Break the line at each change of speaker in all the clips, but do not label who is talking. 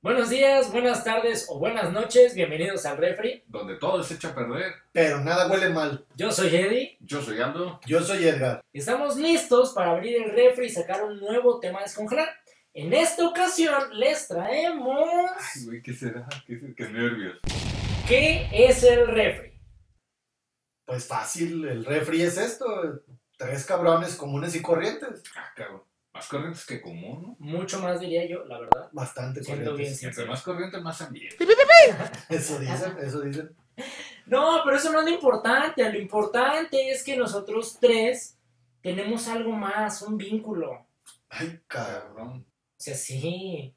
Buenos días, buenas tardes o buenas noches, bienvenidos al refri.
donde todo se echa a perder.
Pero nada huele mal.
Yo soy Eddie
Yo soy Aldo.
Yo soy Edgar.
y estamos listos para abrir el refri y sacar un nuevo tema a descongelar. En esta ocasión les traemos
Güey, ¿qué será? ¿Qué, se- qué nervios?
¿Qué es el refri?
Pues fácil, el refri es esto. Tres cabrones comunes y corrientes.
Ah, cabrón. Más corrientes que común, ¿no?
Mucho más diría yo, la verdad.
Bastante
Siento bien
corrientes.
Entre
sincero.
más corriente, más ambiente.
Eso dicen, eso dicen.
No, pero eso no es lo importante. Lo importante es que nosotros tres tenemos algo más, un vínculo. O
Ay, cabrón.
Cabrón.
sea, sí.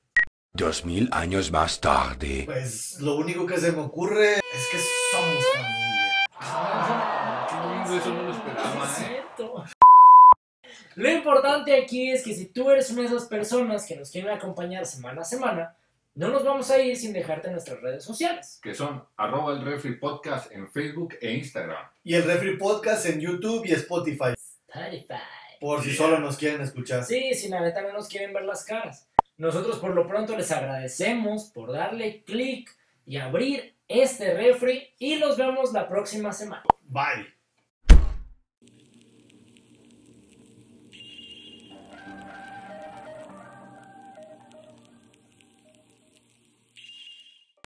Dos mil años más tarde.
Pues lo único que se me ocurre es que somos familia.
Ah, eso no lo esperaba,
Es
¿eh?
cierto. Lo importante aquí es que si tú eres una de esas personas que nos quieren acompañar semana a semana, no nos vamos a ir sin dejarte nuestras redes sociales.
Que son arroba el refri podcast en Facebook e Instagram.
Y el refri podcast en YouTube y Spotify.
Spotify.
Por si solo nos quieren escuchar.
Sí, si la neta no nos quieren ver las caras. Nosotros por lo pronto les agradecemos por darle clic y abrir este refri y los vemos la próxima semana.
Bye.